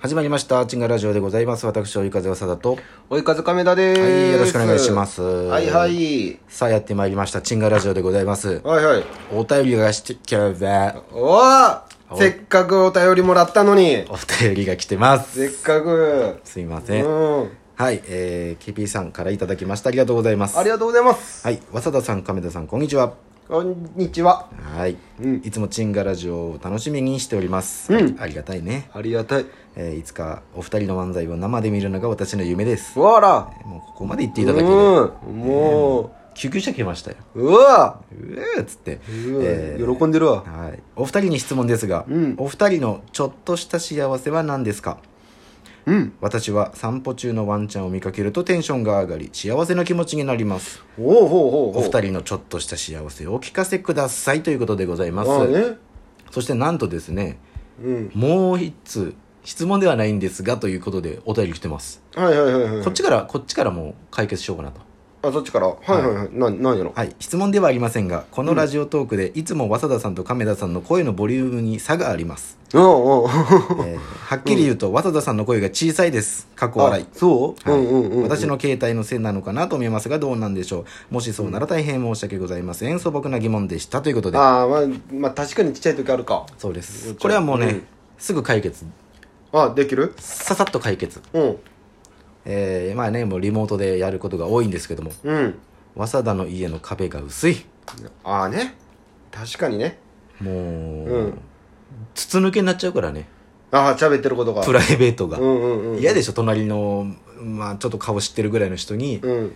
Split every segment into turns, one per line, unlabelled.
始まりました。チンガラジオでございます。私、追い風さだと。
追い風亀田で
は
す、
い、よろしくお願いします。
はいはい。
さあ、やってまいりました。チンガラジオでございます。
はいはい。
お便りがしてきゃば、
おおせっかくお便りもらったのに。
お便りが来てます。
せっかく。
すいま
う
せん。
ん。
はい、えー、KP さんからいただきました。ありがとうございます。
ありがとうございます。
はい、早田さん、亀田さん、こんにちは。
こんにちは。
はい、
うん
いつもチンガラジオを楽しみにしております。
うん
ありがたいね。
ありがたい。
えーいつかお二人の漫才を生で見るのが私の夢です。
わら。
もうここまで言ってい
う
た
ん
だける。。
も
救急車来ましたよ。
う。うわ。
うえーっつって。え
う
ー
わ喜んでるわ。
はい、お二人に質問ですが、
うん
お二人のちょっとした幸せは何ですか
うん。
私は散歩中のワンちゃんを見かけるとテンションが上がり幸せな気持ちになります
おうほうほうほう。
お二人のちょっとした幸せをお聞かせくださいということでございます、
ああね。
そしてなんとですね
うん。
もう一通質問ではないんですがということでお便り来てます、
はいはいはいはい。
こっちからこっちからもう解決しようかなと
あ、そっちから。はいはいはい。な、なんやろ。
はい、質問ではありませんがこのラジオトークでいつも早田さんと亀田さんの声のボリュームに差があります、
うんうん。
えーはっきり言うと早田さんの声が小さいです過去笑い
あそう
は
う
い
んうんうん。
私。の携帯のせいなのかなと思いますがどうなんでしょうもしそうなら大変申し訳ございません素朴な疑問でしたということで
ああ、まあ、まあ確かにちっちゃい時あるか。
そうです
うん
これはもうね、
うん
すぐ解決
あ、できる
ささっと解決
うん。
えーまあねもうリモートでやることが多いんですけども
うん。
早稲田の家の壁が薄い
ああね。確かにね。
もう、
うん
筒抜けになっちゃうからね
ああ、喋ってることが。
プライベートが、
うんうんうん。
嫌でしょ隣のまあちょっと顔知ってるぐらいの人に、
うん。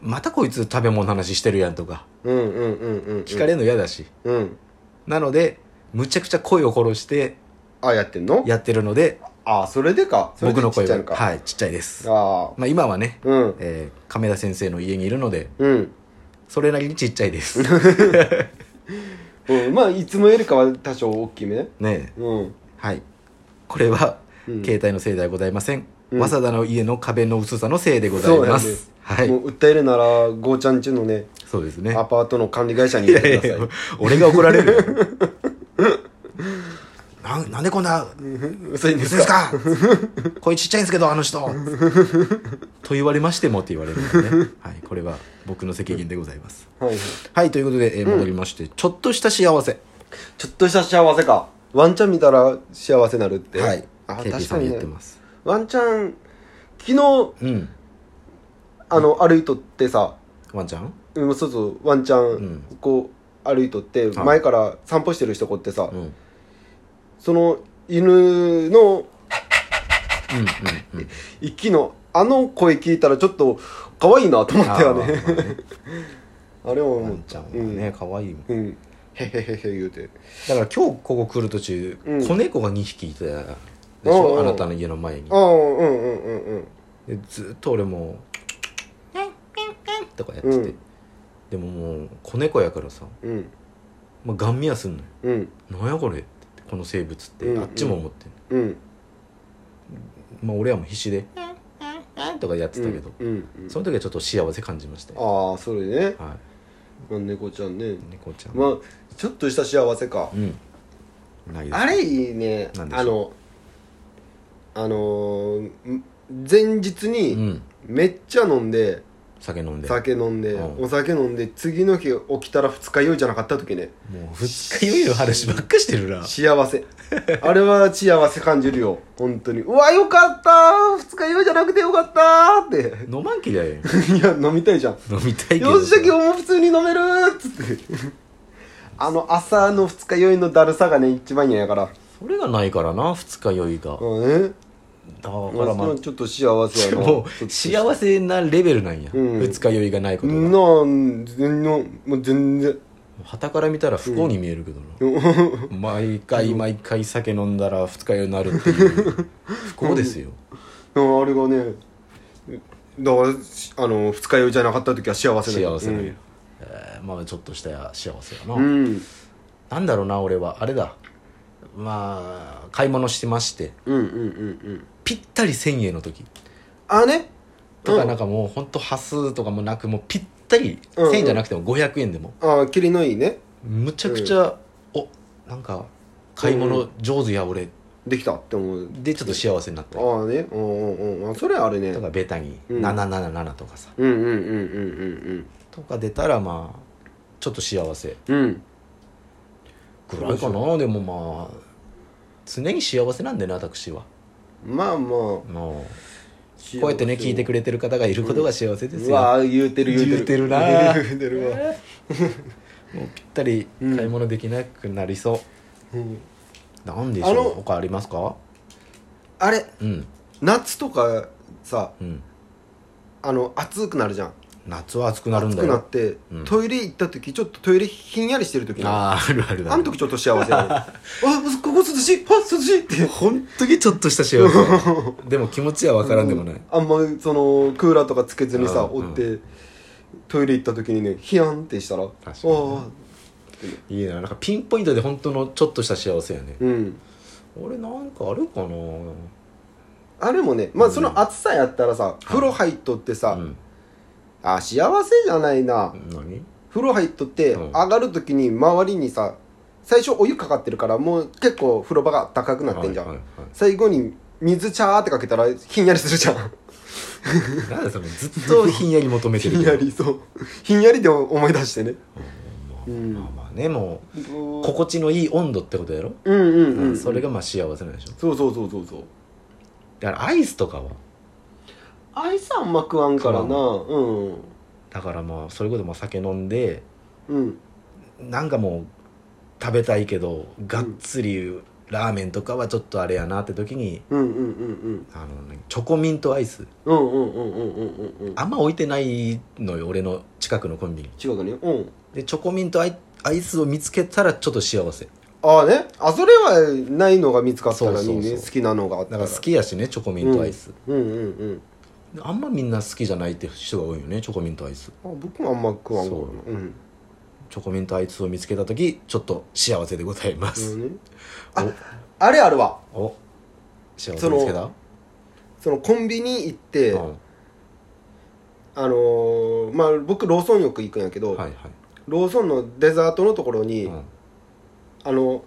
またこいつ食べ物の話してるやんとか
うんうんうんうん。
聞かれるの嫌だし、
うん。
なのでむちゃくちゃ声を殺して
あ、やってんの
やってるので
ああ、それでか。それ
僕
で
の
ちっ
声
ちゃい
が
のか。
はいちっちゃいです
ああ。
まあ今はね、
うん。
えー亀田先生の家にいるので
うん。
それなりにちっちゃいです
うん。まあ、いつもよりかは多少大きめね。
ねえ
うん。
はいこれは、
うん
携帯のせいではございません、
うん
早稲田の家の壁の薄さのせいでございます、
そう
はい
もう訴えるなら、ゴーちゃんちのね、
そうですね
アパートの管理会社に
い
言っ
や
て
い
くだ
や
さい。
俺が怒られるよ なんなんでこんな
嘘いんで
嘘
す
で
か
すか声ちっちゃいんですけどあの人と言われましてもって言われるの でね、はい、これは僕の責任でございます
はいはい。
はいということで、えー戻りまして、ちょっとした幸せ
ちょっとした幸せか。ワンちゃん見たら幸せなるって。
はい
あ、
KP
確
さ
か
ん
に
言っ
ね
て。ます、
ワンちゃん、昨日、
うん
あの、歩いとってさ、
ワンちゃん
うん、そうそう、ワンちゃん、
ん
こう、歩いとって、
はい
前から散歩してる人こってさ、
うんうん
その犬の
うんうん
息の、あの声聞いたらちょっと、可愛いなと思ったよ
あ
ね。
ーまあね
あれ
ワ
も思っ
ンち
た
ゃんはね、可愛いもん
うん。うん。へへへへ言うて。
だから今日ここ来る途中、
うん
子猫が2匹いたでし
うん
ょ
うん
あなたの家の前に
ああ、うんうんうんうん。
でずっと俺もとかやってて、
うん
でももう子猫やからさ、
うん。
まあ、ガン見やすんのよ
うん。
なんやこれってこの生物って、
うんうん
あっちも思ってんの
うん。
まあ俺はもう必死で「とかやってたけど、
うん。うん。
その時はちょっと幸せ感じましたよ
ああ、それね。
は
猫ちゃんね
い。猫ちゃん、
まあ、ちょっとした幸せか
う。んないです
あれいいね
なんでし
あのあのーん前日
う
に
ん
めっちゃ飲んで
酒飲んで
酒飲んで
うん
お酒飲んで次の日起きたら二日酔いじゃなかった時ね
もう二日酔いの話ばっかしてるな
幸せ あれは幸せ感じるよ本当にうわよかったー二日酔いじゃなくてよかったーっ
飲まんきだよ
て いや飲みたいじゃん
飲みたいけど
よっしゃ今日も普通に飲めるーっつって あの朝の二日酔いのだるさがね一番嫌やから
それがないからな二日酔いが、
うんね
だからま
まあちょっと幸せやな
も
ちょっ
う
と
幸せなレベルなんや、
うん
二日酔いがないことが、は
なん全然もう全然
たから見たら不幸に見えるけどな、毎回毎回酒飲んだら二日酔いになるっていう不幸ですよ、
うんあれがねだからしあの二日酔いじゃなかった時は幸せだよ
幸せの、えーまあちょっとした幸せやな、
うん、うん
なんだろうな俺はあれだまあ買い物してまして
うんうんうん
ぴったり1000円の時
あね
とか
うん
なんかもうほんと端数とかもなくもうぴったり
うんうん
1000円じゃなくても500円でも
あキリのいいね
むちゃくちゃ、おなんか買い物上手や俺っ
できたって思う
でちょっと幸せになったり
ああねうんうんうんあそれあるね
とかベタに
うん
777とかさ
うんうんうんうん
とか出たらまあちょっと幸せ
うんうんうん
ぐらいかなでもまあ常に幸せなんでな私は
まあまあ
もうこうやってね聞いてくれてる方がいることが幸せです
う
よ、
わー言うてる言うて
言うてる
る
な
言うてるわ、
もうぴったり買い物できなくなりそう、
うん
なんでし
あの
ょう他ありますか
あれ
うん
夏とかさ
うん
あの暑くなるじゃん
夏は暑くなるん
暑
だ
くな
よ
って、
うん
トイレ行った時ちょっとトイレひんやりしてる時
あ
あ
ああるあるだ
あの時ちょっと幸 せやねあここ涼しいあ涼しいって
本当にちょっとした幸 せでも気持ちは分からんでもない、
あんまそのクーラーとかつけずにさ
うんうん
おって、トイレ行った時にねヒヤンってしたら
確かに
ああ
いいななんかピンポイントで本当のちょっとした幸せやね、
うん
俺なんかあるかな
あれもねまあその暑さやったらさ、風呂入っとってさ、
うん
あ幸せじゃないな、
何
風呂入っとって、
うん
上がる時に周りにさ最初お湯かかってるからもう結構風呂場が高くなってんじゃん、
はいはいは
最後に水チャーってかけたらひんやりするじゃん
いなんでそのずっとひんやり求めて
ひ
る
ん
け
や
ど
りそうひんやりで思い出してねうん
まあまあねもう
こ
心地のいい温度ってことやろ、
うんうんうん、
それがまあ幸せなんでしょ
そうそうそうそうそう
だからアイスとかは
アイスあんま食わんからなうん
だからまあそれこそまあ酒飲んで
うん
なんかもう食べたいけどがっつりラーメンとかはちょっとあれやなって時に
うんうんうん
あのチョコミントアイス
うんうんうんうんうんうんうんうん
あんま置いてないのよ俺の近くのコンビニ
違うかねうん
でチョコミントアイアイスを見つけたらちょっと幸せ
ああねあそれはないのが見つかったらいいね
そうそうそう
好きなのがあった
だ
ら
から好きやしねチョコミントアイス、
うんうんうん
あんまみんな好きじゃないって人が多いよねチョコミントアイス
あ僕もあんま食わんからな
そう
うん
チョコミントアイスを見つけた時ちょっと幸せでございま
なるほ
す、
どねああれあるわ
おお幸せ
その
見つけた
そのコンビニ行って、
うんは
あのーまあ僕ローソンよく行くんやけど、
いはい、
ローソンのデザートのところに、
うん
あの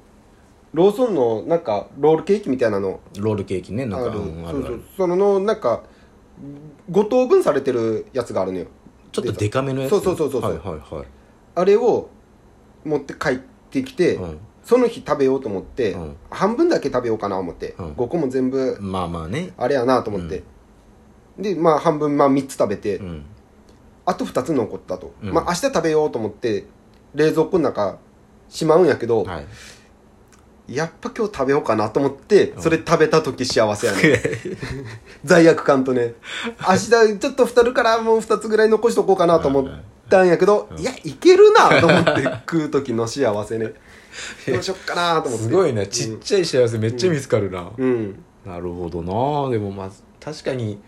ローソンのなんかロールケーキみたいなの
ロールケーキねなんか
ある
うんあ
そう
るあ
そう
る
そののなんか5等分されてるやつがあるのよ
ちょっとデカめのやつ
そうそうそうそう
はいはいはい
あれを持って帰ってきて、
うん
その日食べようと思って、
うん
半分だけ食べようかな思って、
うん
5個も全部
まあまあね
あれやなと思って、でまあ半分、まあ、3つ食べて、
うん
あと2つ残ったと、
うん
まあ明日食べようと思って冷蔵庫の中しまうんやけど、
はい
やっぱ今日食べようかなと思って
うん
それ食べた時幸せやね、 罪悪感とね明日ちょっと太るからもう2つぐらい残しとこうかなと思ったんやけど、
うん
いやいけるなと思って食う時の幸 せねどうしよっかなと思って
すごいねちっちゃい幸せめっちゃ見つかるな、
うん
なるほどなでもまあ確かに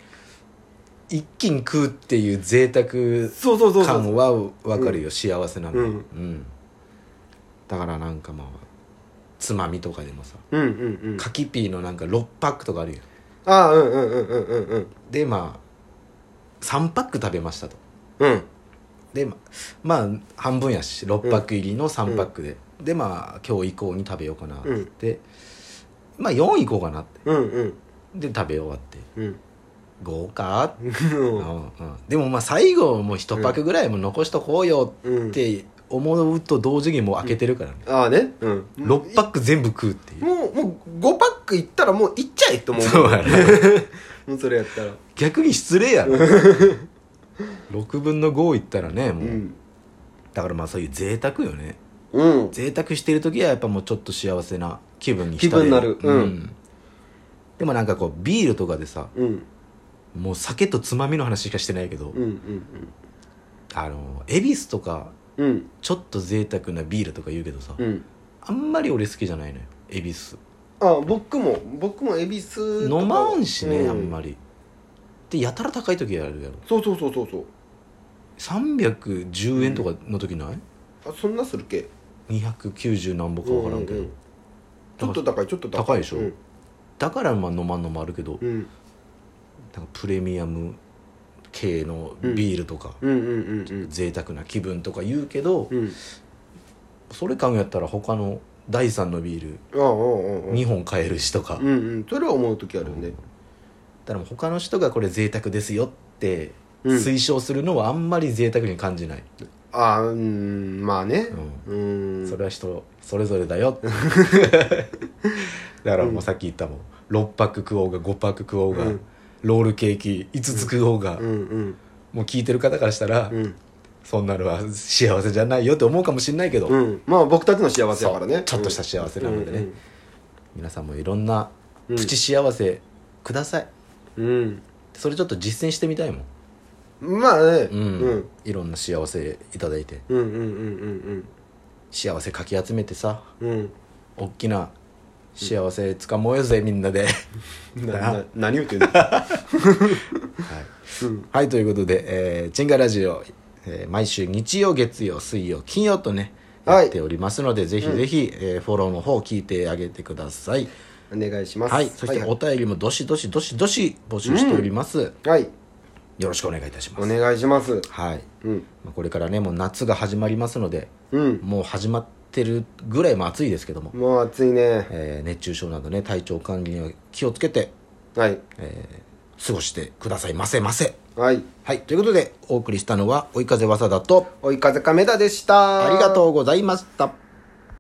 一気に食うっていう贅沢
そうそうそうそう
感は分かるよ、幸せなの、
うん
んだからなんかまあつまみとかでもさ
うんうんうん
カキピーのなんか6パックとかあるよ
ああうんうんうんうんうんうん
でまあ3パック食べましたと
うん
でままあ半分やし6パック入りの3パックで、でまあ今日以降に食べようかなって言って、まあ4いこうかなって
うんうん
で食べ終わって
うん
5かって
うん
うんうん、でもまあ最後もう一パックぐらいも残しとこうよ
うん
って思うと同時にもう開けてるからね、
ああねうん
6パック全部食うっていう、
もうもう5パックいったらもういっちゃえと思う
そう やな
もうそれやったら
逆に失礼や ろ6分の5いったらね
う
もう、
ん
だからまあそういう贅沢よね
うん
贅沢してる時はやっぱもうちょっと幸せな気分に浸
気分になるうん
でもなんかこうビールとかでさ
うん
もう酒とつまみの話しかしてないけど、
うん
あの恵比寿とか
うんうん
ちょっと贅沢なビールとか言うけどさ、
うん
あんまり俺好きじゃないのよ恵比寿
あ僕も僕も恵比寿とか
飲まんしね、
う
あんまりでやたら高い時やるやろ
そうそうそうそうそう
310円とかの時ない、
あそんなするけ
290何ぼか分からんけど、
うんうんちょっと高いちょっと高い
高いでしょ
うん
だからまあ飲まんのもあるけど、
うん
なんかプレミアム系のビールとか、
うんうんうんうん
贅沢な気分とか言うけど、
うん
それ考えたら他の第3のビール
うんうんうんうん
2本買えるしとか、
うんうんそれは思う時あるね
だからもう他の人がこれ贅沢ですよって
うん
推奨するのはあんまり贅沢に感じない、
あーうんまあね
う
うん
それは人それぞれだよ だからもうさっき言ったもん6泊食おうが5泊食おうが、
うん
ロールケーキ5つ食おうが、
うんうん
もう聞いてる方からしたら、
うん
そんなのは幸せじゃないよって思うかもしれないけど、
うんまあ僕たちの幸せだから
そ
ね
うちょっとした幸せなのでね
うん
皆さんもいろんな
うん
プチ幸せください、
うん
それちょっと実践してみたいもん、
うんまあね
う
うんんうん
いろんな幸せいただいて
うんうん
幸せかき集めてさ
うんうん
大きな幸せつかもうよぜみんなで、
うん
だな
なな何言ってんの
はい
うん
はい、ということで、えーチンガラジオ、えー毎週日曜、月曜、水曜、金曜とね、
はい
やっておりますので、ぜひぜひ、えーフォローの方、聞いてあげてください。
お願いします
はい、そして
はい
お便りもどしどしどしどし募集しております。
はい
よろしくお願いいたしま
お
す。
願いします
はい。
うん
まあこれからね、もう夏が始まりますので、
うん
もう始まってるぐらいも暑いですけども、
もう暑いね
えー熱中症などね、体調管理には気をつけて、
はい
えー過ごしてくださいませませ。
はい
はい、ということで、お送りしたのは、追い風わさだと、
追い風亀田でした
ありがとうございました。